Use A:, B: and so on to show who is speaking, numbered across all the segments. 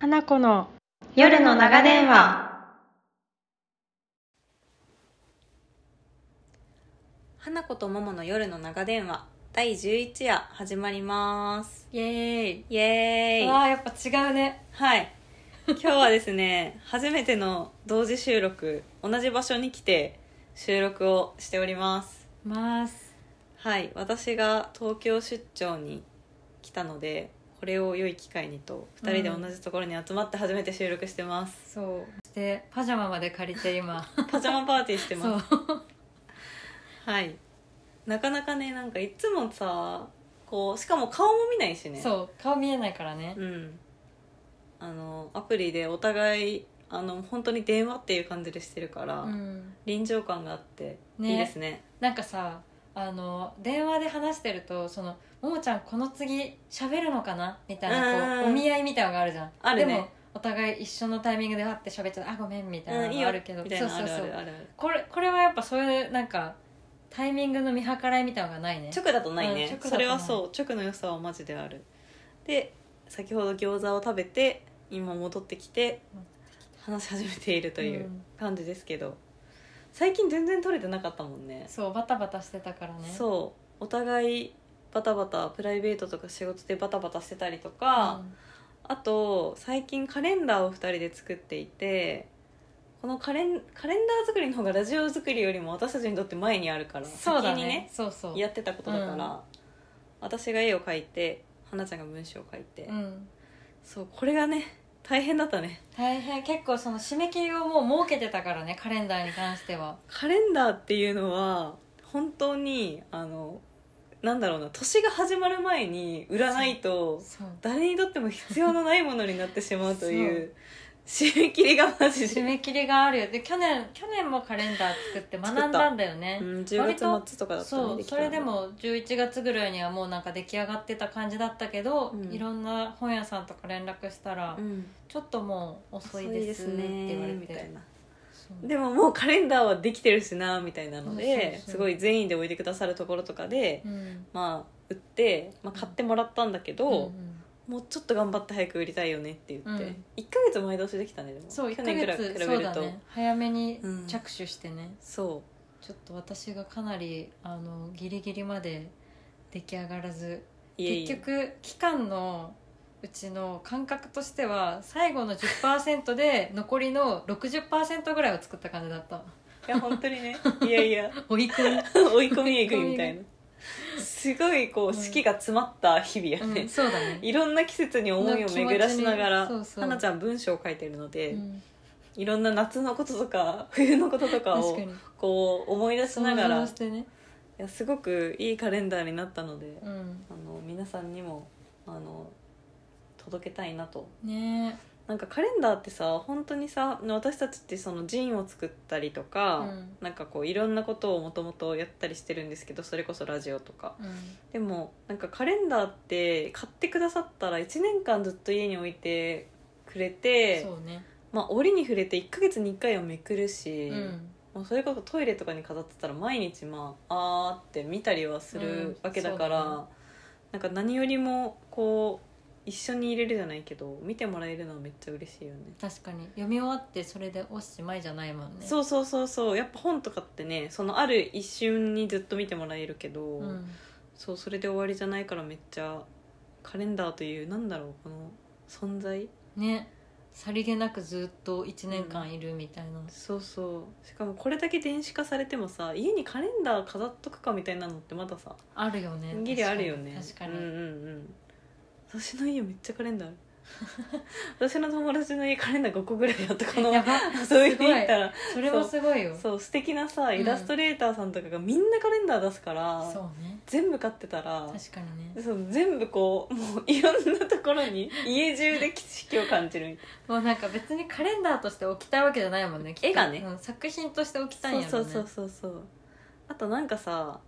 A: 花子の
B: 夜の長電話花子と桃の夜の長電話第11夜始まります
A: イエー
B: イエー
A: イ
B: イ
A: わあやっぱ違うね
B: はい今日はですね 初めての同時収録同じ場所に来て収録をしております
A: ます
B: はい私が東京出張に来たのでこれを良い機会にと2人で同じところに集まって初めて収録して ます、
A: そうそしてパジャマまで借り て今
B: パジャマパーティーしてます
A: そう
B: はいなかなかねなんかいつもさこうしかも顔も見ないしね
A: そう顔見えないからね
B: うんあのアプリでお互いあの本当に電話っていう感じでしてるから、
A: うん
B: 臨場感があって
A: ね
B: いいですね
A: なんかさあの電話で話してるとそのももちゃんこの次喋るのかなみたいなこ
B: う
A: うんお見合いみたいなのがあるじゃん
B: あるね
A: でもお互い一緒のタイミングでわって喋っちゃってあごめんみたいな
B: うんいい
A: の
B: よ
A: があるけど、
B: みたいな
A: そ
B: あ
A: う
B: る
A: そう
B: あ
A: そ
B: る
A: う
B: あるある
A: これこれはやっぱそういうなんかタイミングの見計らいみたいなのがないね
B: 直だとない
A: うん直
B: ね
A: だとない
B: それはそう直の良さはマジであるで先ほど餃子を食べて今戻ってきて
A: 戻って
B: 話し始めているという
A: うん
B: 感じですけど、最近全然撮れてなかったもんね
A: そうバタバタしてたからねう
B: そうお互いバタバタプライベートとか仕事でバタバタしてたりとか、
A: ん
B: あと最近カレンダーを2人で作っていてこのカレンカレンダー作りの方がラジオ作りよりも私たちにとって前にあるから
A: そうだ
B: 先に
A: ね
B: ね
A: そうそう
B: やってたことだから、
A: うん
B: 私が絵を描いて花ちゃんが文章を書いて、
A: うん
B: そうこれがね大変だったね
A: 大変結構その締め切りをもう設けてたからねカレンダーに関しては
B: カレンダーっていうのは本当にあのなんだろうな年が始まる前に売らないと
A: そう
B: 誰にとっても必要のないものになってしまうという締め切りがマジ
A: 締
B: で、
A: め切りがあるよで去年去年もカレンダー作って学んだんだよね
B: う、ん、10月末とかだったね
A: そう
B: でき
A: そ
B: たの
A: れでも11月ぐらいにはもうなんか出来上がってた感じだったけど、
B: うん
A: いろんな本屋さんとか連絡したら、
B: うん
A: ちょっともう遅
B: 遅
A: い
B: い
A: で
B: ですす
A: って言われ
B: ねみた
A: て
B: いな
A: そう
B: でももうカレンダーはできてるしなみたいなの
A: そうそう
B: で
A: そう
B: すごい善意で置いてくださるところとかで、
A: うん
B: まあ売って、まあ、買ってもらったんだけど
A: う、ん
B: もうちょっと頑張って早く売りたいよねって言って、
A: うん
B: 1ヶ月前倒しできたねでも
A: そう
B: 去
A: 1ヶ
B: 年くらい
A: 月
B: 比べ
A: そう
B: る
A: だ
B: と、
A: ね早めに
B: うん
A: 着手してね、
B: そう
A: ちょっと私がかなりあのギリギリまで出来上がらず
B: いえいえ
A: 結局期間のうちの感覚としては最後の10%で 残りの60%ぐらいを作った感じだった
B: いや本当に ねいやいや
A: 追い込み、
B: 追い込みえぐいみたいなすごいこ
A: う
B: うん四季が詰まった日々や
A: う
B: ね
A: ん、、そうだね、
B: いろんな季節に思いを巡らしながら
A: の気持ちにそうそう
B: 花ちゃん文章を書いてるので、
A: うん、
B: いろんな夏のこととか 冬のこととか
A: 確か
B: を
A: に
B: こう思い出しながらい
A: 想像してね、
B: やすごくいいカレンダーになったので、
A: うん、
B: あの皆さんにもあの届けたいなと
A: ね
B: なんかカレンダーってさ本当にさ私たちってそのジンを作ったりとか、
A: うん
B: なんかこういろんなことをもともとやったりしてるんですけどそれこそラジオとか
A: え、うん、
B: でもなんかカレンダーって買ってくださったら1年間ずっと家に置いてくれて、
A: そうね、
B: まあ、折に触れて1ヶ月に1回はめくるし、
A: うん、
B: もうそれこそトイレとかに飾ってたら毎日まああーって見たりはするわけだから、
A: うんそうだ
B: なんか何よりもこう一緒に入れるじゃないけど見てもらえるのはめっちゃ嬉しいよね
A: 確かに読み終わってそれでおしまいじゃないもんね
B: そうそうそうそうやっぱ本とかってねそのある一瞬にずっと見てもらえるけど、
A: うん、
B: そうそれで終わりじゃないからめっちゃカレンダーというなんだろうこの存在
A: ねさりげなくずっと1年間いるみたいな、
B: そうそうしかもこれだけ電子化されてもさ家にカレンダー飾っとくかみたいなのってまださ
A: あるよね
B: ギリあるよね
A: 確かに
B: うんうんうん私の家めっちゃカレンダーある 私の友達の家カレンダー5個ぐらいあったこの
A: やば
B: 遊びに行ったら
A: それもすごいよそう
B: そう素敵なさ
A: ん
B: イラストレーターさんとかがみんなカレンダー出すから、
A: ね
B: 全部買ってたら
A: 確かにね
B: そう全部こうもういろんなところ に家中で景色を感じるみたい
A: もうなんか別にカレンダーとして置きたいわけじゃないもんねきっと
B: 絵がね
A: うん作品として置きたいん
B: な
A: や
B: そ
A: ろ
B: う
A: ね
B: そうそうそうそうあとなんかさ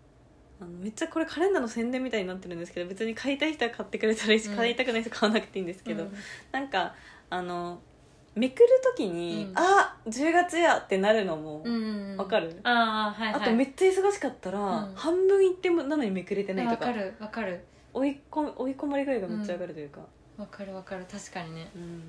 B: あのめっちゃこれカレンダーの宣伝みたいになってるんですけど別に買いたい人は買ってくれたらいいし、
A: うん
B: 買いたくない人は買わなくていいんですけど、
A: うん
B: なんかあのめくる時に「
A: うん
B: あ10月や!」ってなるのも
A: うんうんうん
B: わかる
A: ああはいは
B: あ
A: い
B: とめっちゃ忙しかったら、
A: うん
B: 半分いってもなのにめくれてない
A: わ
B: とか
A: かるわかる
B: 追い込追い込まれ具合がめっちゃ上がるというか、
A: わかるわかる確かにね
B: うん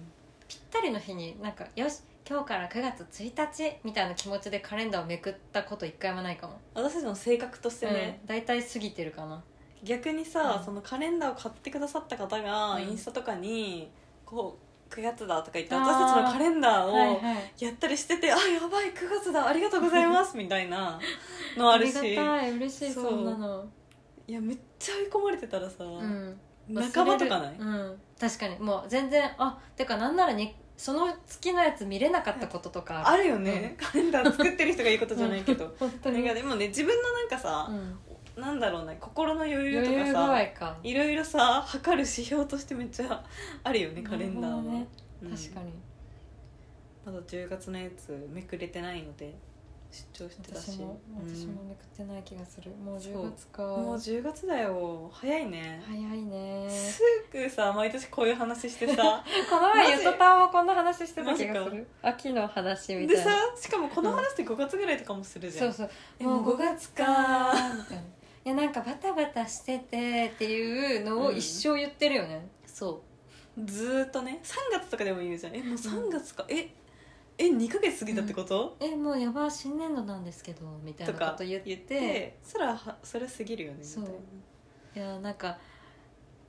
A: ぴったりの日になんかよし今日から9月1日みたいな気持ちでカレンダーをめくったこと一回もないかも、
B: 私たちの性格としてね、
A: うん大体過ぎてるかな
B: 逆にさ、
A: うん
B: そのカレンダーを買ってくださった方が
A: うん
B: インスタとかにこう9月だとか言って
A: あー
B: 私たちのカレンダー
A: はい
B: を
A: はい
B: やったりしてて、あやばい9月だありがとうございますみたいなのあるし
A: ありがたい嬉しい
B: そ
A: そううなの
B: いやめっちゃ追い込まれてたらさ、
A: うん
B: 仲間とかない
A: 忘れるうん確かにもう全然あてかなんならにその月のやつ見れなかったこととか
B: あるよね、カレンダー作ってる人がいいことじゃないけど、
A: 本当に
B: なんかでもね自分のなんか
A: う
B: さ、
A: ん
B: なんだろうね心の余裕と
A: 余
B: か
A: 裕具
B: さ
A: 合か
B: いろいろさ測る指標としてめっちゃあるよねカレンダーは、
A: なるほどね
B: うん
A: 確かに
B: まだ10月のやつめくれてないので出張してたし
A: 私も
B: うん
A: 私もめくってない気がするもう
B: そう
A: 10月か
B: もう10月だよ早いね、
A: 早いね
B: すぐさ毎年こういう話 してさ
A: この前ゆとたんもこんな話してた気が
B: マ
A: す
B: ジ
A: る秋の話み
B: で
A: たい
B: さ
A: な
B: しかもこの話って5月ぐらいとかもするじゃ
A: そ
B: ん、
A: うそう
B: え
A: もう
B: もう
A: 5月か
B: 五月か
A: ーみたいないやなんかバタバタしててっていうのを一生言ってるよね、
B: そうずーっとね3月とかでも言うじゃんえもう3月か、ええ2ヶ月過ぎたってこと、
A: えもうやば新年度なんですけどみたいな
B: と
A: こ
B: か
A: と言って
B: でそらはそれ過ぎるよねみたいな
A: そういやなんか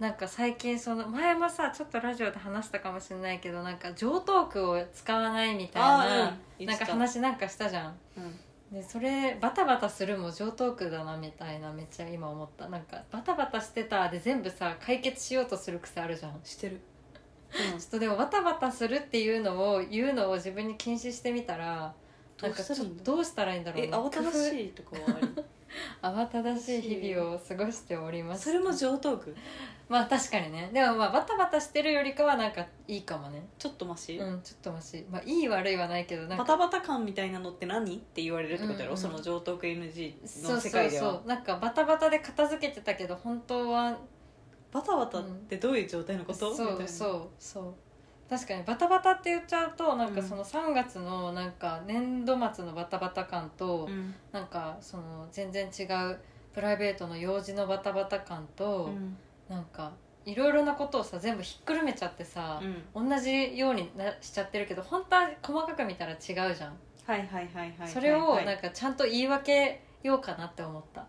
A: なんか最近その前もさちょっとラジオで話したかもしれないけどなんか常套句を使わないみたい
B: あ
A: な、
B: ーうん
A: なんか話なんかしたじゃん
B: うん
A: でそれバタバタするも上等句だなみたいなめっちゃ今思ったなんかバタバタしてたで全部さ解決しようとする癖あるじゃんちょ
B: してる、
A: っとでもバタバタするっていうのを言うのを自分に禁止してみたら
B: ど
A: なん
B: う
A: か
B: した
A: ち
B: ら
A: ょ
B: い
A: っ
B: いの
A: とどうしたらいいんだろう
B: え慌ただ
A: い
B: しいとかはある
A: 慌ただしい日々を過ごしております
B: それも上等句
A: まあ確かにねでもまあバタバタしてるよりかはなんかいいかもね
B: ちょっとマシ、
A: うんちょっとマシまあいい悪いはないけどなん
B: バ
A: か
B: タバタ感みたいなのって何って言われるってことやろ、
A: うんうん
B: その上等句 NG
A: そ
B: の
A: う
B: 世
A: そう
B: 界では
A: そうなんかバタバタで片付けてたけど本当は
B: バタバタってどういう状態のこと、
A: そ
B: みたいうな
A: そうそう確かにバタバタって言っちゃうとなんか
B: うん
A: その3月のなんか年度末のバタバタ感と、
B: うん
A: なんかその全然違うプライベートの用事のバタバタ感
B: う
A: と、
B: ん
A: なんかいろいろなことをさ全部ひっくるめちゃってさ、
B: うん
A: 同じようになしちゃってるけど本当は細かく見たら違うじゃん、
B: はいはいはいはいはいはい
A: それをなん
B: か
A: かちゃんと言い訳ようかなって思った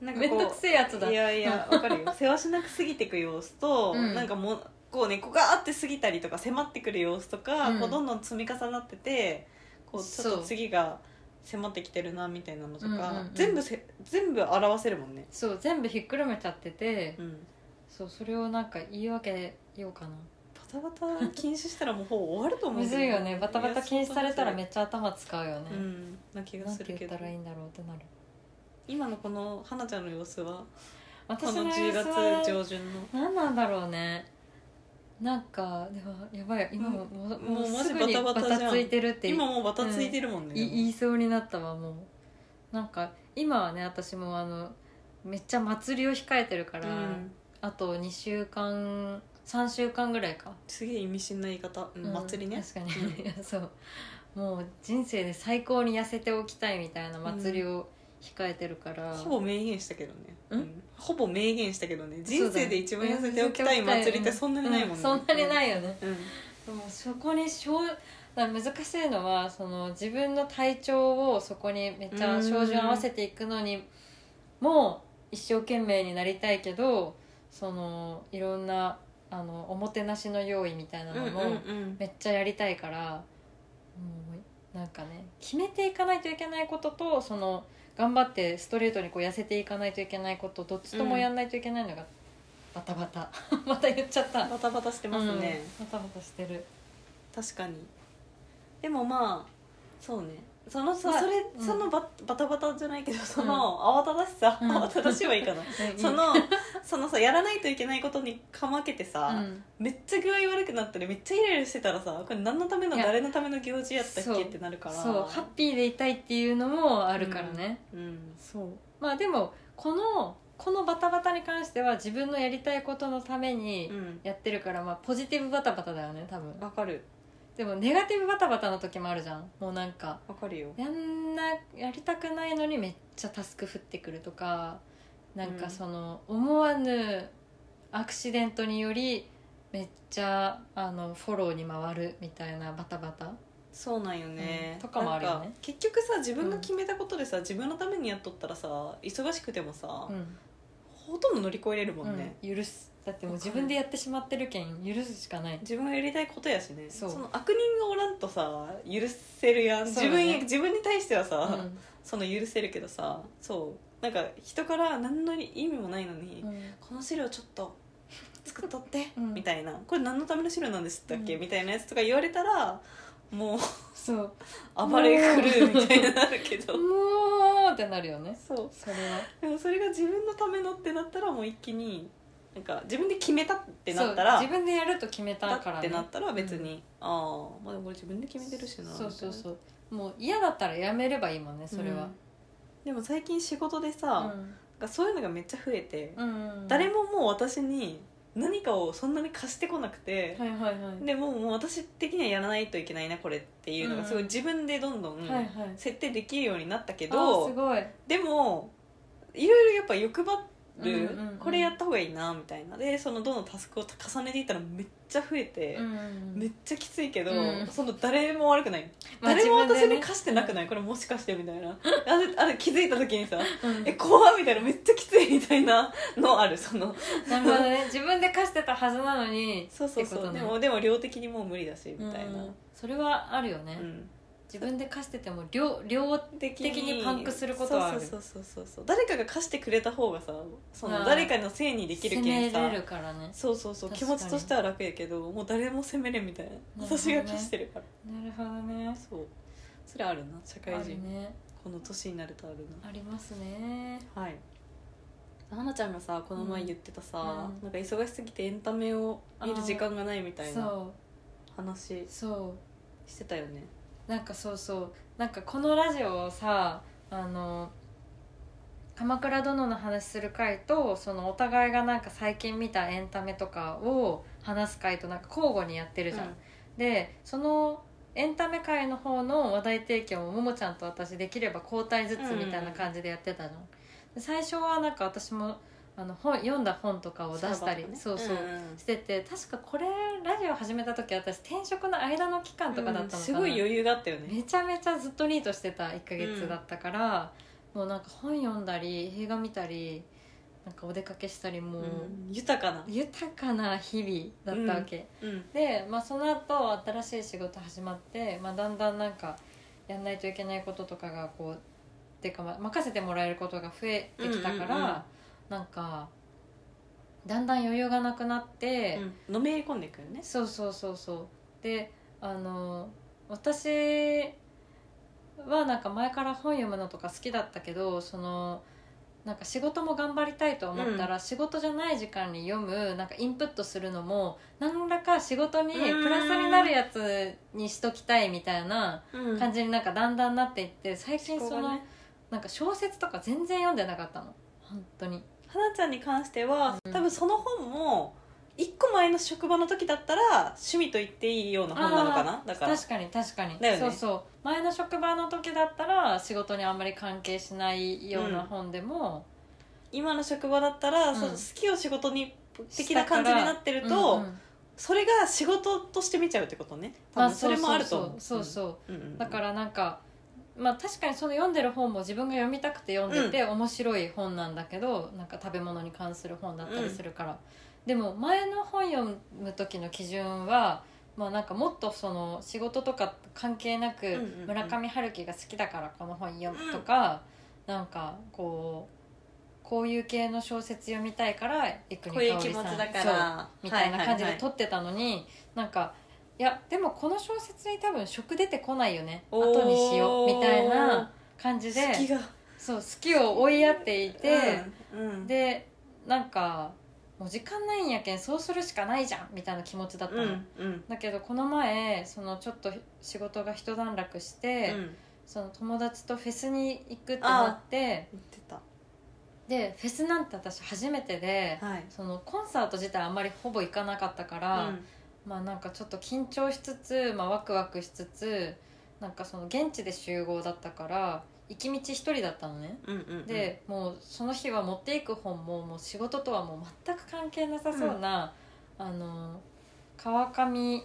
B: なん
A: めんどくせえやつだ
B: いやいやわかるよ世 話しなく過ぎてく様子と、
A: うん
B: なんかもうこうねこがーって過ぎたりとか迫ってくる様子とか、
A: うん
B: こうどんどん積み重なっててこうちょっ
A: そ
B: と
A: う
B: 次が迫ってきてるなみたいなのとか、
A: うんうんうん
B: 全部せ全部表せるもんね、
A: そう全部ひっくるめちゃってて、
B: うん、
A: そうそれをなんか言い訳ようかな
B: バタバタ禁止したらもうほぼ終わると思う
A: む
B: けど
A: ずいよねバタバタ禁止されたらめ
B: っち
A: っちゃ頭使うよね
B: ゃ、うんな気が
A: なん
B: す
A: て
B: る
A: 言
B: け
A: っ
B: ど
A: たらいいんだろうってなる
B: 今のこの花ちゃんの様子はこ
A: 私の
B: の
A: 様
B: 10
A: 子
B: 月
A: は
B: 上旬の
A: 何なんだろうねなんかでもやばい今も、もう
B: もう
A: も
B: マ
A: う
B: ジ
A: すぐに
B: バタバ
A: バ
B: タじゃん
A: タついてるって
B: 今もうバタついてるもんね、
A: い言いそうになったわもうなんか今はね私もあのめっちゃ祭りを控えてるか
B: う
A: ら、
B: ん、
A: あと2週間3週間ぐらいか、
B: すげえ意味深な言い方、うん
A: うん
B: 祭りね
A: 確かに、 いやそうもう人生で最高に痩せておきたいみたいな祭りを控えてるから、
B: ほぼ明言したけどね、
A: うん
B: ほぼ明言したけどね人生で一番痩せておきたい祭りってそんなにないもんね、、
A: うそんなにないいよね、
B: うん
A: でもそこにしょうだから難しいのはその自分の体調をそこにめっちゃ照準合わせていくのにも一生懸命になりたいけどそのいろんなあのおもてなしの用意みたいな
B: うん
A: の
B: うん
A: も、
B: うん
A: めっちゃやりたいからもうなんかね決めていかないといけないこととその頑張ってストレートにこう痩せていかないといけないことどっちともやんないといけないのが、バタバタ また言っちゃった
B: バタバタしてますね、
A: うんバタバタしてる
B: 確かにでもまあそうねそのそ
A: まあ
B: それ、
A: うん
B: そのババタバタじゃないけどその慌ただしさ、
A: うん
B: 慌ただしいはいいかなそのそのさやらないといけないことにかまけて
A: う
B: さ、
A: ん
B: めっちゃ具合悪くなったりめっちゃイライラしてたらさこれ何のための
A: いや
B: 誰のための行事やったっ
A: そ
B: け
A: う
B: ってなるから
A: そうハッピーでいたいっていうのもあるからね、
B: うん
A: そうまあでもこのこのバタバタに関しては自分のやりたいことのため
B: う
A: に
B: ん
A: やってるから、まあポジティブバタバタだよね多分
B: わかる
A: でもネガティブバタバタの時もあるじゃんもうなんか
B: わかるよ
A: やんなやりたくないのにめっちゃタスク降ってくるとかなんかその、思わぬアクシデントによりめっちゃあのフォローに回るみたいなバタバタ
B: そうなんよね、
A: うんとかもあるよね
B: なんか結局さ自分が決めたことでさ、自分のためにやっとったらさ忙しくてもさ、
A: うん、
B: ほとんど乗り越えれるもんね、
A: うん許すだってもう自分でやってしまってるけん許すしかない
B: 自分がやりたいことやしね
A: そう
B: の悪人がおらんとさ許せるやん、
A: そ
B: 自
A: うだね
B: 分自分に対してはさ、
A: うん
B: その許せるけどさそうなんか人から何の意味もないのに、
A: うん
B: この資料ちょっと作っとって、
A: うん
B: みたいなこれ何のための資料なんですったっけ、
A: うん
B: みたいなやつとか言われたらもう
A: そう
B: 暴れ狂うみたいになるけど
A: もうってなるよね
B: そう
A: それは
B: でもそれが自分のためのってなったらもう一気になんか自分で決めたってなったら
A: そう自分でやると決めたから、
B: だ
A: ね、
B: ってなったら別に、ああまあでもこれ自分で決めてるしな
A: そうそう
B: みたいな
A: そうもう嫌だったらやめればいいもんねそれ
B: う
A: は
B: ん、でも最近仕事で
A: う
B: さ、
A: ん
B: なんかそういうのがめっちゃ増えて、
A: うん
B: 誰ももう私に何かをそんなに貸してこなくて、
A: はいはいはい、
B: でもうもう私的にはやらないといけないなこれっていうのがすごい
A: うん
B: 自分でどんどん
A: はいはい
B: 設定できるようになったけ
A: あ
B: ど、
A: ーすごい
B: でもいろいろやっぱ欲張る、
A: うんうんうん
B: これやった方がいいなみたいなでそのどんどんタスクを重ねていったらめっちゃ増えて、
A: うん
B: めっちゃきついけど、
A: うん
B: その誰も悪くない
A: まあ
B: 誰も
A: 自
B: 私
A: 分で
B: に
A: ね
B: 貸してなくないこれもしかしてみ たいなあれあれ気づいた時にさ
A: うん
B: え怖っみたいなめっちゃきついみたいな のあるその
A: なるほどね自分で貸してたはずなのに
B: そうそう
A: ってこ
B: そう、
A: とね
B: でもでも量的にもう無理だしみたいな、
A: うんそれはあるよね、
B: うん
A: 自分で貸してても量量
B: 的
A: 的にパンクすることはある
B: そうそうそうそうそう誰かが貸してくれた方がさそ
A: あ
B: の
A: ー
B: 誰かのせいにでき
A: 責
B: るけ
A: め
B: んさ
A: れるからね
B: そうそうそう
A: 確
B: 気
A: かに
B: 持ちとしては楽やけどもう誰も責めれんみたいな
A: ほどね
B: 私が貸してるから
A: なるほどね
B: そうそれあるな社会
A: あ
B: 人、
A: るね
B: この年になるとある
A: ありますね
B: なはい花ちゃんがさこの前言ってたさ、
A: うん
B: なんか忙しすぎてエンタメを見る時間がないみたいな
A: そ
B: 話
A: うそう
B: してたよね
A: なんかそうそうなんかこのラジオをさあの「鎌倉殿の話する回と」そのお互いがなんか最近見たエンタメとかを話す回となんか交互にやってるじゃん。でそのエンタメ界の方の話題提供もももちゃんと私できれば交代ずつみたいな感じでやってたじゃん。で最初はなんか私もあの本読んだ本とかを出したりそうそう、してて確かこれラジオ始めた時私転職の間の期間とかだったのかな、
B: すごい余裕があったよね
A: めちゃめちゃずっとニートしてた1ヶ月だったから、もうなんか本読んだり映画見たりなんかお出かけしたりもう、
B: うん豊かな
A: 豊かな日々だったわけ、
B: うん
A: で、まあ、その後新しい仕事始まって、まあ、だんだんなんかやんないといけないこととかがこうてか、まあ、任せてもらえることが増えてきたから、
B: うんうんうん
A: なんかだんだん余裕がなくなって、
B: うんのめり込んでいくよね
A: そうそうそうそうであの私はなんか前から本読むのとか好きだったけどそのなんか仕事も頑張りたいと思ったら、仕事じゃない時間に読むなんかインプットするのも何らか仕事にプラスになるやつにしときたいみたいな感
B: じ
A: じになんかだんだんなっていって最近その、なんか小説とか全然読んでなかったの本当に
B: 花ちゃんに関しては、
A: うん
B: 多分その本も一個前の職場の時だったら趣味と言っていいような本なのかなだから
A: 確かに確かに、
B: だよね
A: そうそう前の職場の時だったら仕事にあんまり関係しないような
B: うん
A: 本でも、
B: 今の職場だったら、
A: うん
B: その好きを仕事に的な感じになってると、
A: うんうん
B: それが仕事として見ちゃうってことね多分それもあると思う
A: そうそうそ
B: うん
A: う
B: うんうん
A: だからなんかまあ確かにその読んでる本も自分が読みたくて読んでて、面白い本なんだけどなんか食べ物に関する本だったりするから、でも前の本読む時の基準はまあなんかもっとその仕事とか関係なく
B: んうんうん
A: 村上春樹が好きだからこの本読むとか、なんかこうこういう系の小説読みたいから幾
B: こういう
A: 国
B: 気
A: 香
B: 持
A: 織さ
B: ち
A: ん
B: だか
A: そう
B: ら
A: みたいな感じで
B: はいはいは
A: 撮ってたのに、なんかいやでもこの小説に多分食出てこないよね
B: おー
A: 後にしようみたいな感じで
B: い好きが
A: そう好きを追いやっていて、
B: うんうん
A: でなんかもう時間ないんやけんそうするしかないじゃんみたいな気持ちだった
B: う
A: の、
B: んうん
A: だけどこの前そのちょっと仕事が一段落して、
B: うん
A: その友達とフェスに行くってなって
B: 言ってた
A: でフェスなんて私初めてで、
B: はい
A: そのコンサート自体あんまりほぼ行かなかったから、
B: うん
A: まあなんかちょっと緊張しつつ、まあ、ワクワクしつつなんかその現地で集合だったから行き道一人だったのね
B: うんうんうん
A: で、もうその日は持っていく本ももう仕事とはもう全く関係なさそうな、あの川上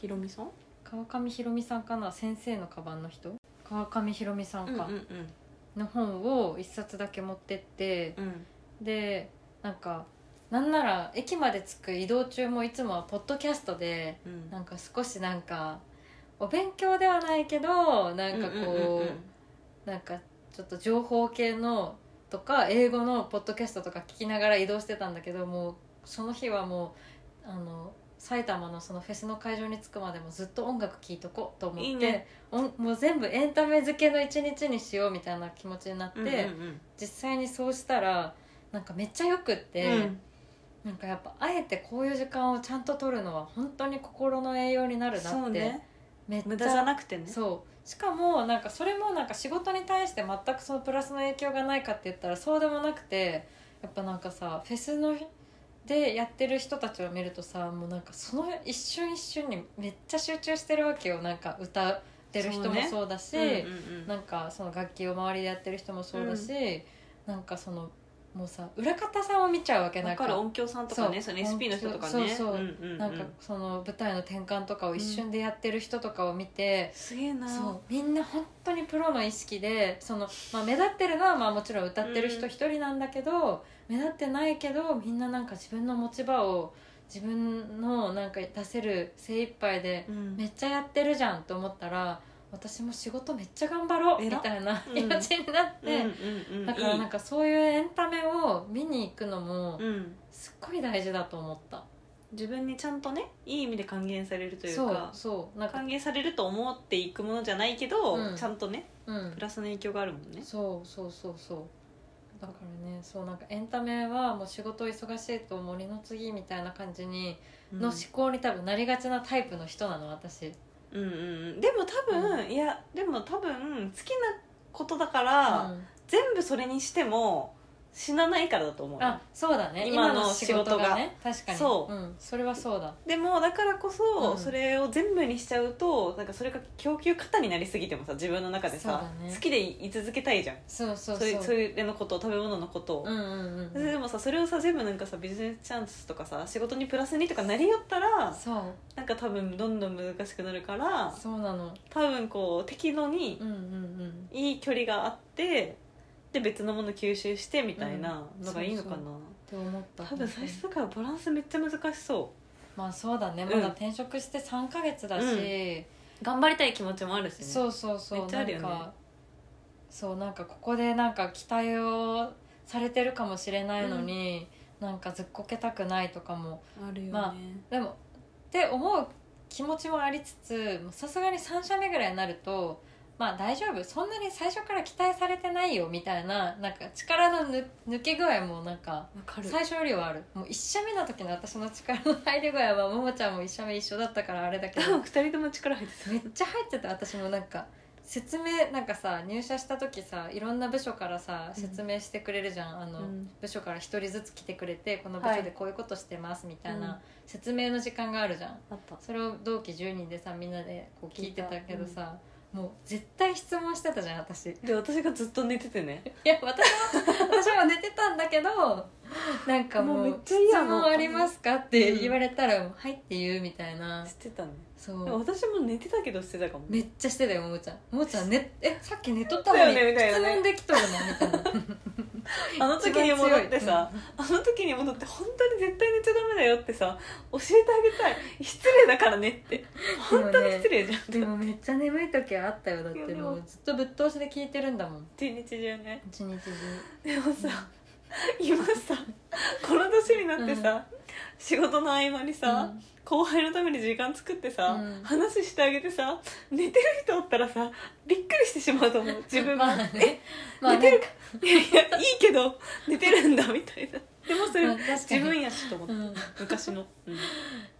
B: ひろみさん
A: 川上ひろみさんかな先生のカバンの人川上ひろみさんか
B: うんうん
A: の本を一冊だけ持ってって
B: うん
A: でなんかなんなら駅まで着く移動中もいつもはポッドキャストで
B: うん
A: なんか少しなんかお勉強ではないけどなんかこうなんかちょっと情報系のとか英語のポッドキャストとか聞きながら移動してたんだけどもうその日はもうあの埼玉のそのフェスの会場に着くまでもずっと音楽聴いとこうと思って
B: いいね
A: おんもう全部エンタメ付けの一日にしようみたいな気持ちになって、
B: うんうんうん
A: 実際にそうしたらなんかめっちゃよくって、
B: うん
A: なんかやっぱあえてこういう時間をちゃんと取るのは本当に心の栄養になるな
B: そ
A: っ
B: う
A: て、
B: ね
A: めっちゃ
B: 無駄じゃなくてね
A: そうしかもなんかそれもなんか仕事に対して全くそのプラスの影響がないかって言ったらそうでもなくてやっぱなんかさフェスのでやってる人たちを見るとさもうなんかその一瞬一瞬にめっちゃ集中してるわけよなんか歌ってる人もそうだし
B: うんうんうん
A: なんかその楽器を周りでやってる人もそうだし、なんかそのもうさ裏方さんを見ちゃうわけな
B: だ
A: んか
B: から音響さんとかね
A: そ
B: そうの SP の人とかね
A: そうそう
B: うんうんうん
A: なんかその舞台の転換とかを一瞬でやってる人とかを見て、
B: すげえな
A: そうみんな本当にプロの意識でその、まあ、目立ってるのはまあもちろん歌ってる
B: う
A: 人
B: ん
A: 一人なんだけど、目立ってないけどみんななんか自分の持ち場を自分のなんか出せる精一杯で
B: うん
A: めっちゃやってるじゃんと思ったら私も仕事めっちゃ頑張ろう
B: 偉
A: み
B: った
A: いな
B: うん
A: 気持ちになっ
B: うん
A: て、
B: うんうん
A: だから
B: いい
A: なんかそういうエンタメを見に行くのも
B: うん
A: すっごい大事だと思った。
B: 自分にちゃんとねいい意味で還元されるという
A: そう
B: か
A: そうなんか
B: 還元されると思っていくものじゃないけど、
A: うん
B: ちゃんとね
A: うん
B: プラスの影響があるもんね
A: そうそうそうそうだからねそうなんかエンタメはもう仕事忙しいと森の次みたいな感じに、の思考に多分なりがちなタイプの人なの私
B: うんうんうん、でも多分、いやでも多分好きなことだから、
A: うん
B: 全部それにしても死なないからだと思うよ
A: あそうだね今
B: 今
A: の
B: の
A: 仕事がね確かに
B: そう、
A: ん、それはそうだ
B: でもだからこそ、
A: うん
B: それを全部にしちゃうとなんかそれが供給過多になりすぎてもさ自分の中で
A: そう
B: さ、
A: だね
B: 好きでい続けたいじゃん
A: そうそ
B: そ
A: うそう
B: れそれのこと食べ物のことを、
A: うんうんうん
B: で
A: うん
B: でもさそれをさ全部なんかさビジネスチャンスとかさ仕事にプラスにとかなりよったら
A: そう
B: なんか多分どんどん難しくなるから
A: そうなの
B: 多分こう適度に
A: うんうんうん
B: いい距離があってで別のもの吸収してみたいなのがいいのかな、
A: うんって思った
B: 多分最初だからバランスめっちゃ難しそ
A: まあそうだね
B: うん
A: まだ転職して3か月だし、
B: う頑張りたい気持ちもあるしう
A: そうそうそう
B: めっちゃあるよね
A: なんかそうなんかここでなんか期待をされてるかもしれないのに、なんかずっこけたくないとかも
B: あるよね、
A: まあでもって思う気持ちもありつつもうさすがに3社目ぐらいになるとまあ大丈夫そんなに最初から期待されてないよみたいななんか力のぬ抜け具合もなんか
B: わかる
A: 最初よりはあるもう1社目の時の私の力の入り具合はももちゃんも1社目一緒だったからあれ だけど
B: 多分2人とも力入ってた
A: めっちゃ入ってた私もなんか説明なんかさ入社した時さいろんな部署からさ
B: うん
A: 説明してくれるじゃん、あの、
B: うん
A: 部署から一人ずつ来てくれてこの部
B: は
A: 署
B: い
A: でこういうことしてますみたい
B: うん
A: な説明の時間があるじゃん、
B: あった
A: それを同期10人でさみんなでこう聞いてたけど
B: 聞いた
A: さ、もう絶対質問してたじゃん私い
B: で私がずっと寝ててね
A: や私も私も寝てたんだけどなんかも
B: もうめ
A: う
B: っ
A: 「
B: ち
A: 質
B: ゃいいやん
A: 問ありますか?」って言われたら「はい」って言うみたいな
B: してたね
A: そ
B: で
A: う
B: も私も寝てたけどしてたかも
A: めっちゃしてたよももちゃんももちゃん、ね、えさっき寝とったの
B: だ
A: に
B: よねみたいな
A: 質
B: ね
A: 問できとるのみたいな
B: あの時に戻ってさ、あの時に戻って本当に絶対寝ちゃダメだよってさ教えてあげたい失礼だからねって本当に失礼じゃんって、
A: でもめっちゃ眠い時あったよだって
B: いやで
A: も
B: も
A: うずっとぶっ通しで聞いてるんだもん
B: 一日中ね
A: 一日中
B: でもさ今さこの年になってさ、仕事の合間にさ、
A: うん
B: 後輩のために時間作ってさ、
A: うん
B: 話してあげてさ寝てる人おったらさびっくりしてしまうと思う自分が、
A: まあねまあ
B: 寝て
A: ね
B: るかいやいやいいけど寝てるんだみたいなでもそれ
A: まあ確かに
B: 自分やしと思って、
A: うん
B: 昔の、うん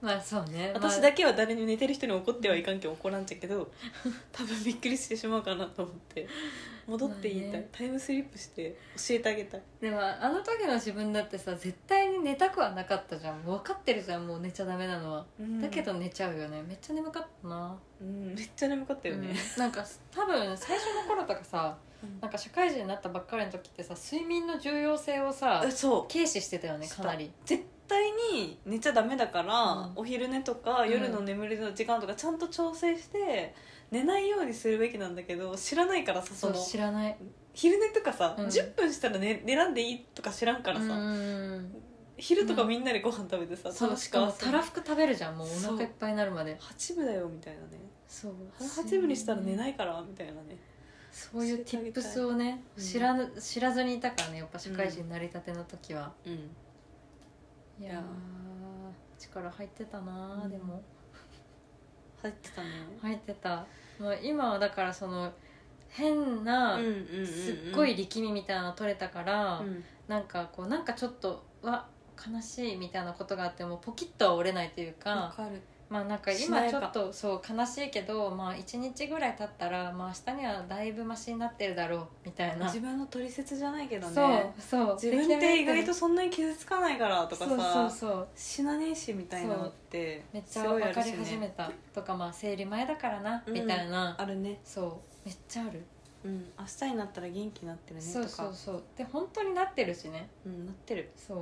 A: まあそうね
B: 私
A: ま
B: だけは誰に寝てる人に怒ってはいかんけん怒らんじゃけど多分びっくりしてしまうかなと思って戻って言いたい、
A: まあね
B: タイムスリップして教えてあげたい
A: あでもあの時の自分だってさ絶対に寝たくはなかったじゃん分かってるじゃんもう寝ちゃダメなのは、だけど寝ちゃうよねめっちゃ眠かったな
B: うん、めっちゃ眠かったよね、
A: うんなんか多分最初の頃とかさ
B: うん
A: なんか社会人になったばっかりの時ってさ睡眠の重要性をさ
B: えそう
A: 軽視してたよね
B: した
A: かなり
B: 絶対に寝ちゃダメだから、
A: うん
B: お昼寝とか
A: うん
B: 夜の眠りの時間とかちゃんと調整して寝ないようにするべきなんだけど知らないからさそ
A: そう
B: の
A: 知らない
B: 昼寝とかさ、
A: うん
B: 10分したら寝寝らんでいいとか知らんからさ、
A: うん
B: 昼とかみんなでご飯食べてさ、
A: そう
B: 楽し
A: し
B: く
A: かも
B: 朝
A: たらふく食べるじゃんもうお
B: そう
A: 腹いっぱいになるまで
B: 8分だよみたいなね
A: そう
B: 8分にしたら寝ないからみたいなね
A: そういう
B: 教えてあげたい
A: tips をね
B: うん
A: 知らぬ知らずにいたからねやっぱ社会人になりたての時は、
B: うん
A: い
B: い
A: や
B: や
A: ー力入ってたなー、
B: うん
A: でも
B: 入ってたね
A: 入ってたもう今はだからその変な、
B: うんうんうんうん
A: すっごい力みみたいなの取れたから、
B: うん
A: なんかこうなんかちょっとわ悲しいみたいなことがあってもポキッとは折れないという
B: わ
A: か
B: かる
A: まあなんか
B: しな
A: 今
B: や
A: ちょ
B: か
A: っとそう悲しいけどまあ1日ぐらい経ったら、まあ、明日にはだいぶマシになってるだろうみたいな、
B: 自分の取説じゃないけど
A: そう
B: ね
A: そう
B: 自分って意外とそんなに傷つかないからとか
A: そうそう
B: さ
A: そう
B: 死なねえしみたいなのって
A: めっちゃ
B: すご
A: 分
B: いあ
A: か
B: る
A: り
B: し
A: 始め
B: ね
A: た、とかまあ生理前だからな、
B: うん
A: みたいな
B: あるね
A: そうめっちゃある、
B: うん明日になったら元気になってるね
A: そう
B: と
A: そ
B: か
A: うそうで本当になってるしね
B: うんなってる
A: そう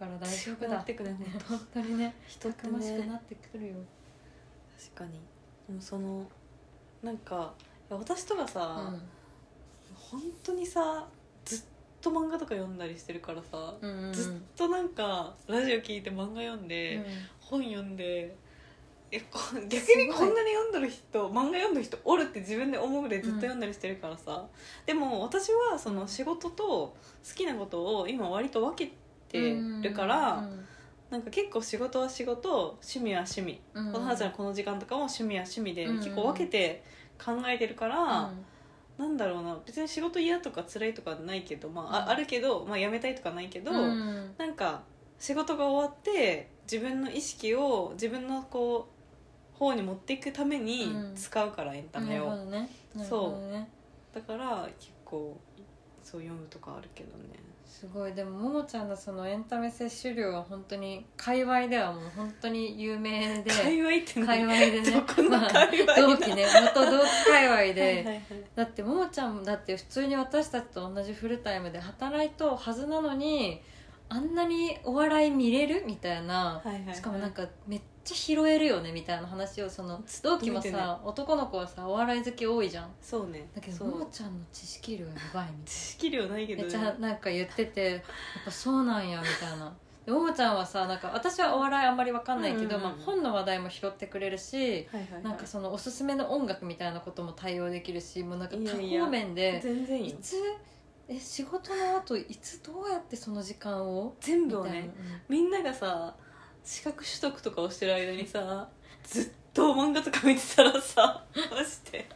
A: だから大丈
B: 強
A: 夫
B: くな
A: だ
B: ってくねほんと
A: 本当にね
B: 人
A: た
B: って
A: くましく
B: ね
A: なってくるよ、
B: 確かにでもそのなんかいや私とか
A: う
B: さ
A: ん
B: 本当にさずっと漫画とか読んだりしてるからさ
A: うんうんうん、
B: ずっとなんかラジオ聞いて漫画読んで、
A: う
B: 本読んでえこ逆
A: す
B: に
A: ごい
B: こんなに読んどる人漫画読んどる人おるって自分で思うぐらいずっと読んだりしてるからさ、でも私はその仕事と好きなことを今割と分けて
A: ん
B: るから、
A: うん
B: なんか結構仕事は仕事趣味は趣味、
A: うん
B: この話のこの時間とかも趣味は趣味で、
A: うん
B: 結構分けて考えてるから、
A: うん
B: なんだろうな別に仕事嫌とか辛いとかないけど、まあ
A: うん
B: ああるけど、まあ、辞めたいとかないけど、
A: うん
B: なんか仕事が終わって自分の意識を自分のこう方に持っていくために
A: うん
B: 使うからエンタ
A: な
B: メ
A: る
B: を、
A: ほどねなるほどね
B: だから結構そう読むとかあるけどね
A: すごいでもももちゃんのそのエンタメ摂取量は本当に界隈ではもう本当に有名で
B: 界隈って何
A: 界隈でね
B: どこの
A: まあ
B: 界隈
A: 同期ね元同期界隈で
B: はいはいはい
A: だってももちゃんもだって普通に私たちと同じフルタイムで働いとうはずなのにあんなにお笑い見れるみたいな
B: はいはいはい
A: しかもなんかめっちゃ拾えるよねみたいな話をその同期も
B: 見てね
A: さ男の子はさお笑い好き多いじゃん
B: そうね
A: だけ
B: そ
A: ど
B: う
A: ももちゃんの知識量やばいみたいな
B: 知識量ないけど
A: めっ
B: ね
A: ちゃなんか言っててやっぱそうなんやみたいなでももちゃんはさなんか私はお笑いあんまりわかんないけ
B: う
A: ど、
B: んうんうん
A: まあ、本の話題も拾ってくれるし
B: はいはいはい
A: なんかそのおすすめの音楽みたいなことも対応できるしもうなんか
B: いや
A: 多
B: いや
A: 方面で
B: 全然い
A: い
B: いよ
A: つえ仕事の後いつどうやってその時間を
B: 全
A: みた
B: 部
A: い
B: を
A: な、
B: ねみんながさ資格取得とかをしてる間にさずっと漫画とか見てたらさマジで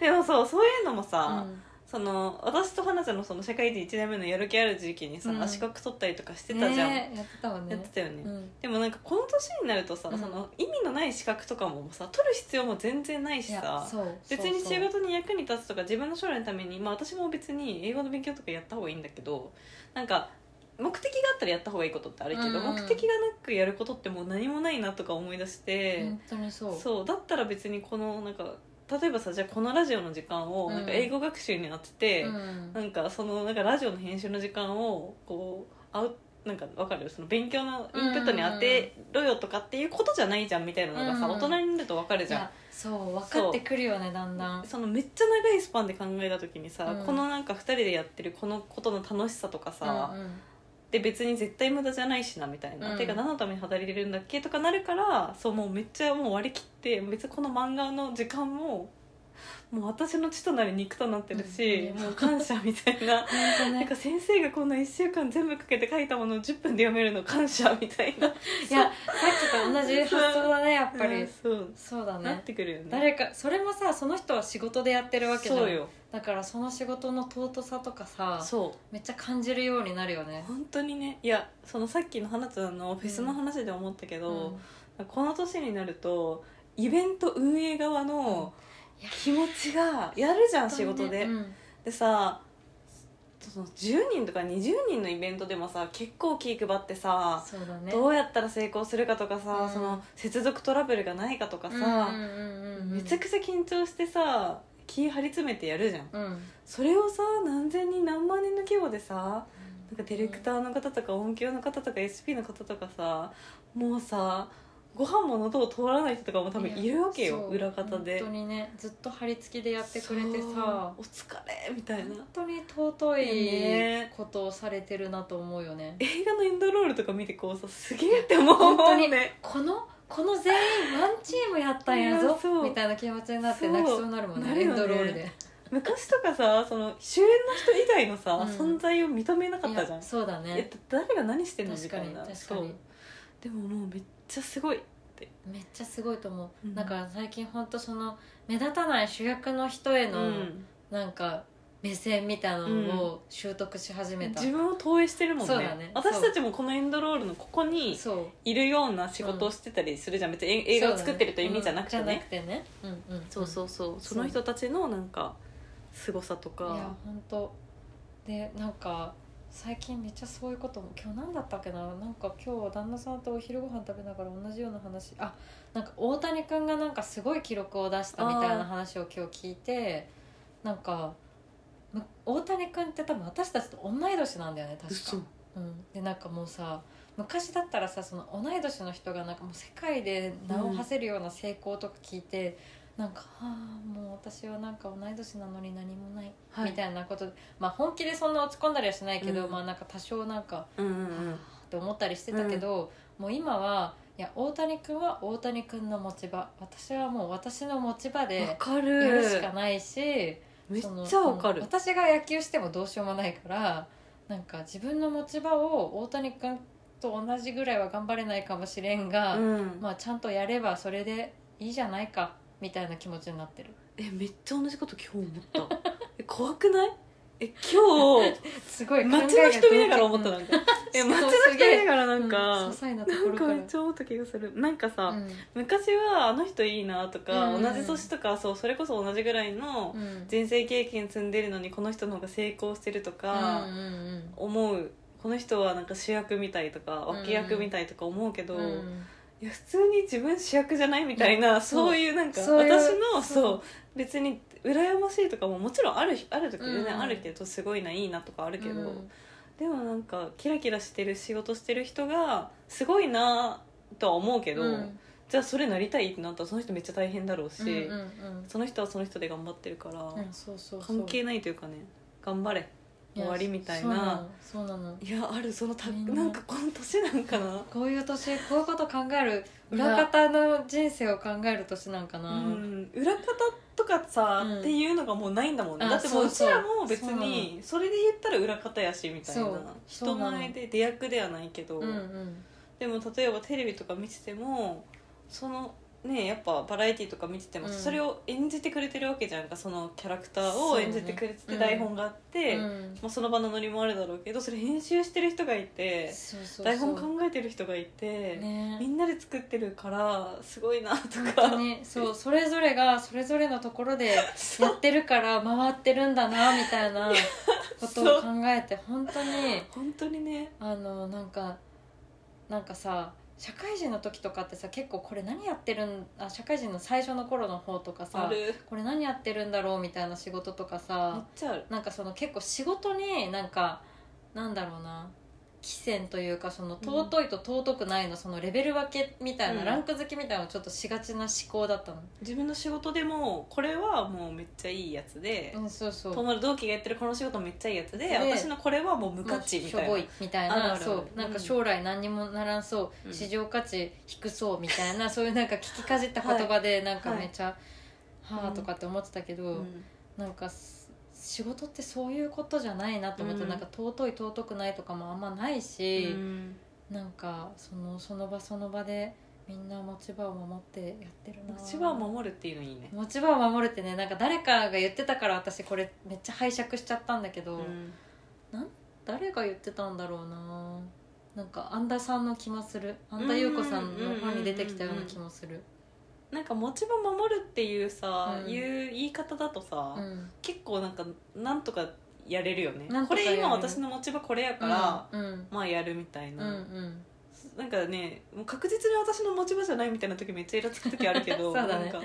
B: でもそうそういうのも
A: うん
B: さ、その私と花ちゃんのその社会人1年目のやる気ある時期にさ、
A: うん
B: 資格取ったりとかしてたじゃん、
A: ねえやってたわね
B: やってたよね、
A: うん
B: でもなんかこの年になるとさ、
A: うん
B: その意味のない資格とかもさ取る必要も全然ない
A: い
B: し
A: や
B: さ
A: そう
B: 別に仕事に役に立つとか自分の将来のために、まあ、私も別に英語の勉強とかやった方がいいんだけどなんか目的があったらやった方がいいことってあるけど、
A: うんうん
B: 目的がなくやることってもう何もないなとか思い出し
A: そう
B: て、
A: 本当にそう
B: そうだったら別にこのなんか例えばさじゃあこのラジオの時間を
A: うん
B: なんか英語学習に当てて、
A: うん
B: なんかそのなんかラジオの編集の時間をこうアウなんかわかるその勉強のインプットに当てろよとかっていうことじゃないじゃんみたいなのがさ、
A: うんうん
B: 大人になるとわかる
A: い
B: じゃん
A: やそう分かってくるよねだんだん
B: そのめっちゃ長いスパンで考えた時にさ、
A: うん
B: このなんか2人でやってるこのことの楽しさとかさ、
A: うんうん
B: で別に絶対無駄じゃないしなみたいな、
A: うん
B: てか何のために働いてるんだっけとかなるからそうもうめっちゃもう割り切って別にこの漫画の時間ももう私の血となり肉となってるし、
A: うん
B: もう感謝みたいな
A: 本当 ね
B: なんか先生がこんな1週間全部かけて書いたものを10分で読めるの感謝みたいなやっ
A: いやさっきと同じ発想だねやっぱり、
B: そう
A: そうだ
B: なっ
A: ね
B: てくるよね
A: 誰かそれもさその人は仕事でやってるわけじゃん
B: そうよ
A: だからその仕事の尊さとかさ
B: そう
A: めっちゃ感じるようになるよね
B: 本当にねいやそのさっきの花ちゃんのフェスの話で思ったけど、この年になるとイベント運営側の
A: いや
B: 気持ちがやるじゃん、仕事で、
A: うん
B: でさその10人とか20人のイベントでもさ結構気配ってさ、
A: そうだね
B: どうやったら成功するかとかさ、
A: うん
B: その接続トラブルがないかとか
A: うん
B: さ、
A: うんうんうん
B: めちゃ
A: ち
B: くちゃ緊張してさ気張り詰めてやるじゃん
A: ゃうん
B: それをさ何千人何万人の規模でさなんかディレクターの方とか音響の方とか SP の方とかさもうさご飯も喉を通らない人とかも多分いるわけよ
A: そう
B: 裏方で
A: 本当にねずっと張り付きでやってくれてさ
B: そうお疲れみたいな
A: 本当に尊い
B: ね
A: ことをされてるなと思うよね
B: 映画のエンドロールとか見てこうさすげえって思うもんね
A: 本当にこのこの全員ワンチームやったんや
B: い
A: ぞ
B: やそう
A: みたいな気持ちになって
B: そう
A: 泣きそうになるもんね
B: なる
A: エ
B: よ
A: ン
B: ね
A: ドロールで
B: 昔とかさその主演の人以外のさ、
A: うん
B: 存在を認めなかっ
A: い
B: たじゃん
A: やそうだ
B: え
A: ね
B: 誰が何してんのみ
A: 確
B: た
A: か
B: い
A: に
B: な
A: 確か
B: そう
A: に
B: でももうめっちゃすごい
A: めっちゃすごいと思う、
B: うん
A: なんか最近本当その目立たない主役の人へ
B: う
A: の
B: ん
A: なんか目線みたいなのを習得し始めた、
B: 自分を投影してるもん
A: そう
B: ね
A: だね
B: 私たちもこのエンドロールのここに
A: そう
B: いるような仕事をしてたりするじゃん別に映映画を作ってるという意味じゃなくて
A: そうだね
B: ね
A: うんじゃなくてねうんうん
B: そうそううそうその人たちのなんか凄さと
A: いや
B: か
A: 本当でなんか最近めっちゃそういうことも今日何だったっけななんか今日は旦那さんとお昼ご飯食べながら同じような話あなんか大谷君がなんかすごい記録を出したみたいな話を今日聞いてなんかむ大谷君って多分私たちと同い年なんだよね確か
B: 嘘。
A: うん、でなんかもうさ昔だったらさその同い年の人がなんかもう世界で名を馳せるような成功とか聞いて、なんか「ああもう私はなんか同い年なのに何もない」
B: はい
A: みたいなことでまあ本気でそんな落ち込んだりはしないけど、
B: うん
A: まあなんか多少なんか
B: うんうんうん
A: って思ったりしてたけど、もう今はいや大谷君は大谷君の持ち場私はもう私の持ち場
B: わ
A: で
B: か
A: や
B: る
A: るしかないし。
B: めっ
A: その
B: ちゃわか
A: う
B: る
A: ん私が野球してもどうしようもないからなんか自分の持ち場を大谷君と同じぐらいは頑張れないかもしれんが、
B: うん
A: まあちゃんとやればそれでいいじゃないかみたいな気持ちになってる
B: えめっちゃ同じこと今日思ったえ怖くないえ 今日
A: すごい考えが
B: 街の人見ながら思った
A: うん
B: なんかえ
A: そう
B: 街の
A: す
B: 人
A: げえ
B: 見ながらなんか、
A: うん些細なとこ
B: なん
A: ろか
B: からめっちゃ思った気がするなんかさ、
A: うん
B: 昔はあの人いいなとか、
A: うん
B: 同じ年とかそうそれこそ同じぐらいの
A: うん
B: 人生経験積んでるのにこの人の方が成功してるとか
A: うんうん
B: 思う、この人はなんか主役みたいとか
A: うん
B: 脇役みたいとか思うけど、
A: うんうん
B: いや普通に自分主役じゃないみたいな、
A: うん
B: そういうなんか
A: そういう
B: 私の
A: そう
B: そう別に羨ましいとかももちろんあるある時全
A: う
B: 然
A: ん
B: あるけど、すごいないいなとかあるけど、
A: うん
B: でもなんかキラキラしてる仕事してる人がすごいなとは思うけど、
A: うん
B: じゃあそれなりたいってなったらその人めっちゃ大変だろうし、
A: うんうん
B: その人はその人で頑張ってるから、
A: うんうんそうそうそう
B: 関係ないというかね頑張れ終わりみたい
A: そうな
B: な
A: のそうなの
B: いやあるそのた
A: みんな
B: なんかこの年なんかな、
A: こういう年こういうこと考える裏方の人生を考える年なんか
B: う
A: な、
B: ん、裏方とかさ、
A: うん
B: っていうのがもうないんだもんね
A: あ
B: だってもううち
A: そうそ
B: ら
A: う
B: も別
A: そうなの
B: にそれで言ったら裏方やしみたい
A: そう
B: な
A: そ
B: 人
A: うなの
B: 前で出役ではないけど、
A: うんうん
B: でも例えばテレビとか見ててもそのねやっぱバラエティとか見てても
A: うん
B: それを演じてくれてるわけじゃんかそのキャラクターを演じてくれて
A: そうねう
B: て台
A: ん
B: 本があって、
A: うん
B: まあ、その場のノリもあるだろうけどそれ編集してる人がいて
A: そうそうそう
B: 台本考えてる人がいて、み
A: ね
B: んなで作ってるからすごいなと
A: 本
B: か
A: 当にそうそれぞれがそれぞれのところでやってるから回ってるんだなみたいなことを考えて本当に
B: 本当にね
A: あのなんかなんかさ社会人の時とかってさ結構これ何やってるんあ社会人の最初の頃の方とか
B: あ
A: さ
B: る
A: これ何やってるんだろうみたいな仕事とかさ
B: めっちゃある
A: なんかその結構仕事になんかなんだろうな貴賤というかその尊いと尊くないのそのレベル分けみたいな、
B: うん
A: ランク付けみたいなのをちょっとしがちな思考だったの、
B: 自分の仕事でもこれはもうめっちゃいいやつで、
A: うん、そうそう
B: 友達同期がやってるこの仕事めっちゃいいやつで
A: で
B: 私のこれはもう無
A: ま
B: 価
A: あ
B: 値み
A: したょ
B: いな、
A: ぼいみたい
B: あるある
A: な
B: ある
A: そうなんか将来何にもならんそう、
B: うん
A: 市場価値低そうみたい な、そういうなんか聞きかじった言葉でなんかめちゃ、はあとかって思ってたけど、
B: うん
A: なんかす仕事ってそういうことじゃないなと思って、
B: うん
A: なんか尊い尊くないとかもあんまないし、
B: うん
A: なんかそのその場その場でみんな持ち場を守ってやってるな
B: 持ち場を守るっていうのいいね、
A: 持ち場を守るってねなんか誰かが言ってたから私これめっちゃ拝借しちゃったんだけど、
B: うん
A: 誰が言ってたんだろうななんか安田さんの気もする安田優子さんのファンに出てきたような気もする
B: なんか持ち場守るっていうさ、
A: うん
B: いう言い方だとさ、
A: うん
B: 結構なんかなんとかやれるよね
A: なんと
B: こ
A: かやれる
B: れ今私の持ち場これやから、
A: うん
B: まあやるみたい
A: うんう
B: な、
A: ん
B: なんかねもう確実に私の持ち場じゃないみたいな時めっちゃイラつく時あるけど
A: そうだね
B: なんかこ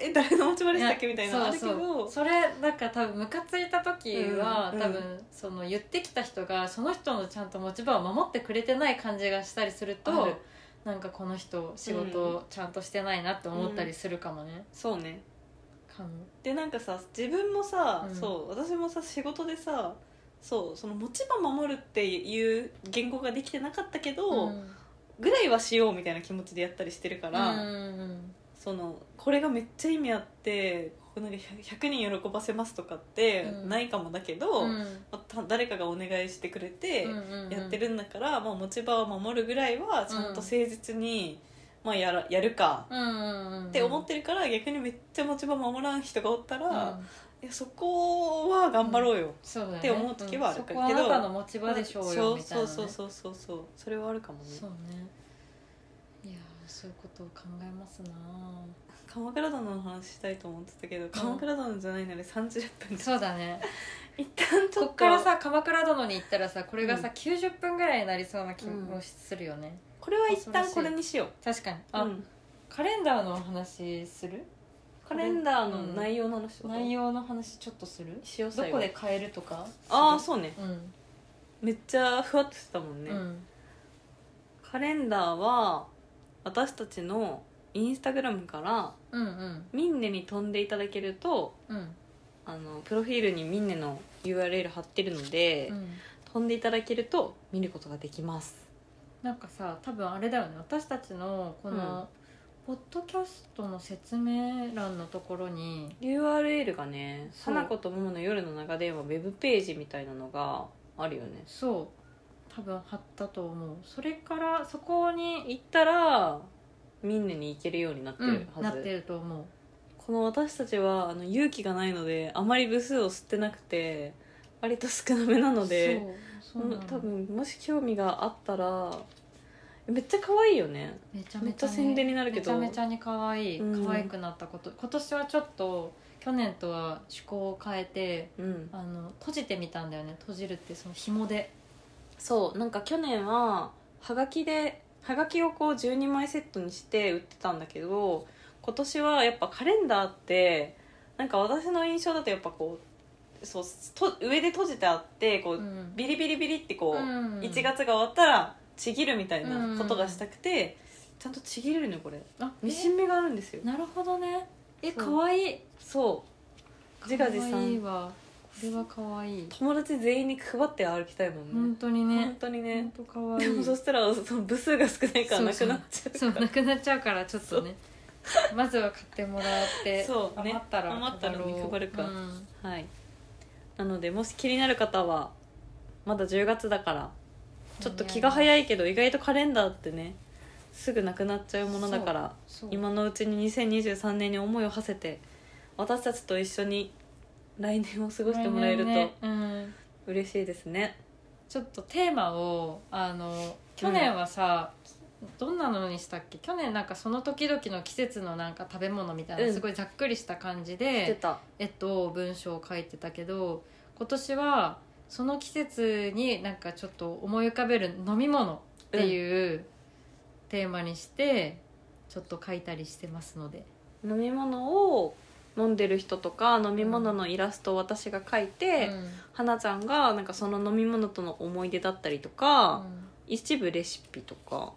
B: れえ誰の持ち場でしたっけみたいなのあ
A: や
B: るけ
A: そうそう
B: ど
A: それなんか多分ムカついた時は、
B: うん
A: 多分その言ってきた人がその人のちゃんと持ち場を守ってくれてない感じがしたりする
B: あ
A: と
B: る
A: なんかこの人仕事ちゃんとしてないなって思ったりするかもね、
B: そうね
A: かも
B: でなんかさ自分もさ、
A: うん
B: そう私もさ仕事でさそうその持ち場守るっていう言語ができてなかったけど、
A: うん
B: ぐらいはしようみたいな気持ちでやったりしてるから、
A: うん
B: そのこれがめっちゃ意味あってここなんか 100, 人喜ばせますとかって
A: うん
B: ないかもだけ
A: う
B: ど、
A: ん
B: まあた誰かがお願いしてくれて
A: うん
B: やってるんだから、まあ、持ち場を守るぐらいはちゃんと誠実に、まあ、やらやるか
A: うんうんうんうん
B: って思ってるから、逆にめっちゃ持ち場守らん人がおったら、いやそこは頑張ろうよ、
A: そうだね
B: って思う時はある
A: うんそ
B: け
A: こ
B: ど
A: はあなたの持ち場でしょうよみたいな、ね、
B: そうそうそうそうそうそれはあるかもね
A: そうねいやーそういうことを考えますなあ
B: 鎌倉殿の話したいと思ってたけど鎌倉殿じゃないなら30分で、
A: そうだね
B: 一旦ちょっ
A: ことっからさ鎌倉殿に行ったらさこれがさ、
B: う
A: 90分ぐらいになりそうな気もするよね、
B: これは一旦これにしよう
A: 確かにあ、
B: うん
A: カレンダーのお話する
B: カレンダーの内容の話とか
A: 内容の話ちょっとする
B: しよう
A: ど
B: 最後
A: こで買えるとか
B: ああそうね
A: うん、
B: めっちゃふわっとしてたもんね、
A: うん
B: カレンダーは私たちのインスタグラムから
A: うんうん
B: ミンネに飛んでいただけると
A: うん
B: あのプロフィールにミンネの URL 貼ってるので、
A: うん
B: 飛んでいただけると見ることができます
A: なんかさ多分あれだよね私たちのこの、ポッドキャストの説明欄のところに
B: URL がね「
A: そう
B: 花子と桃の夜の長電話」ウェブページみたいなのがあるよね
A: そう多分貼ったと思うそれからそこに
B: 行ったらミンネに行けるようになって
A: う
B: る
A: ん
B: はず、
A: なってると思う
B: この私たちはあの勇気がないのであまり部数を吸ってなくて割と少なめなので
A: そうそうなの
B: 多分もし興味があったらめっちゃ可愛いよね
A: めちゃ
B: め
A: め
B: っ
A: ち
B: ちゃ
A: ゃ
B: 宣伝になるけ
A: めち
B: ど
A: ゃめちゃに可愛い
B: うん
A: 可愛くなったこと、今年はちょっと去年とは趣向を変えて
B: うん、
A: あの閉じてみたんだよね閉じるってその紐で
B: そうなんか去年ははがきではがきをこう12枚セットにして売ってたんだけど今年はやっぱカレンダーってなんか私の印象だとやっぱこうそうと上で閉じてあってこう、
A: うん
B: ビリビリビリってこう、
A: うん
B: 1月が終わったらちぎるみたいなことがしたくて、ちゃんとちぎれるのよこれ
A: あえ
B: ミシン目があるんですよ
A: なるほどねえ
B: そう
A: 可愛い
B: そう自画自
A: 可愛い
B: 賛
A: わこれは可愛い
B: 友達全員に配って歩きたいもん
A: 本
B: ね、
A: 当に
B: 本
A: ね
B: 当にね
A: 本当可愛
B: でも
A: い
B: そしたらその部数が少ないからなくなっちゃう
A: そう
B: から
A: なくなっちゃうからちょっとねまずは買ってもらって
B: そうね
A: 余ったら
B: 余ったら
A: ろう
B: 配るか
A: うん
B: はいなのでもし気になる方はまだ10月だからちょっと気が早いけど意外とカレンダーってねすぐなくなっちゃうものだから
A: そう
B: 今のうちに2023年に思いを馳せて私たちと一緒に来年を過ごしてもらえる
A: 来年
B: と
A: ねうん
B: 嬉しいですね
A: ちょっとテーマをあの去年はさ、どんなのにしたっけ去年なんかその時々の季節のなんか食べ物みたいな、
B: うん
A: すごいざっくりした感じ
B: 出
A: で、
B: た
A: えっと、文章を書いてたけど今年はその季節になんかちょっと思い浮かべる飲み物っていうテーマにして、ちょっと書いたりしてますので。
B: 飲み物を飲んでる人とか飲み物のイラストを私が描いて、
A: うん
B: はなちゃんがなんかその飲み物との思い出だったりとか、
A: うん
B: 一部レシピとか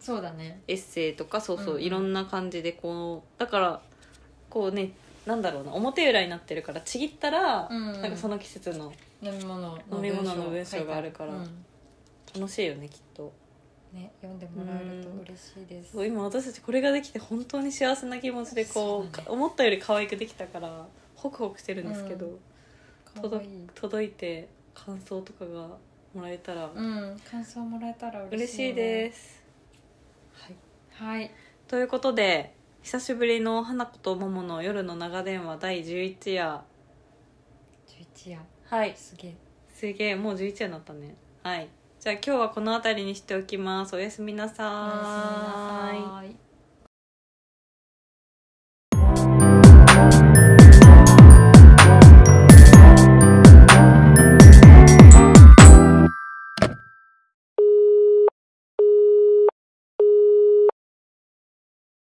A: そうだね
B: エッセイとかそうそう、
A: うん
B: いろんな感じでこうだからこうねなんだろうな表裏になってるからちぎったら、
A: うん
B: なんかその季節の
A: 飲み物
B: 飲み物の文章があるから
A: 書いてうん
B: 楽しいよねきっと
A: ね、読んでもらえると嬉しいです。
B: そう今私たちこれができて本当に幸せな気持ちでこう
A: そうだね
B: 思ったより可愛くできたからホクホクしてるんですけど、
A: うん
B: 届
A: いい。
B: 届いて感想とかがもらえたら
A: うん、感想もらえたら嬉
B: 嬉
A: し
B: しい
A: いね
B: です、はい、
A: はい、
B: ということで久しぶりの「花子と桃の夜の長電話」第11夜
A: 十一夜、
B: はい
A: すげえ。
B: すげえもう11夜になったねはいじゃあ今日はこの辺りにしておきますおやすみな
A: お
B: さー
A: や
B: い
A: すみなさーい。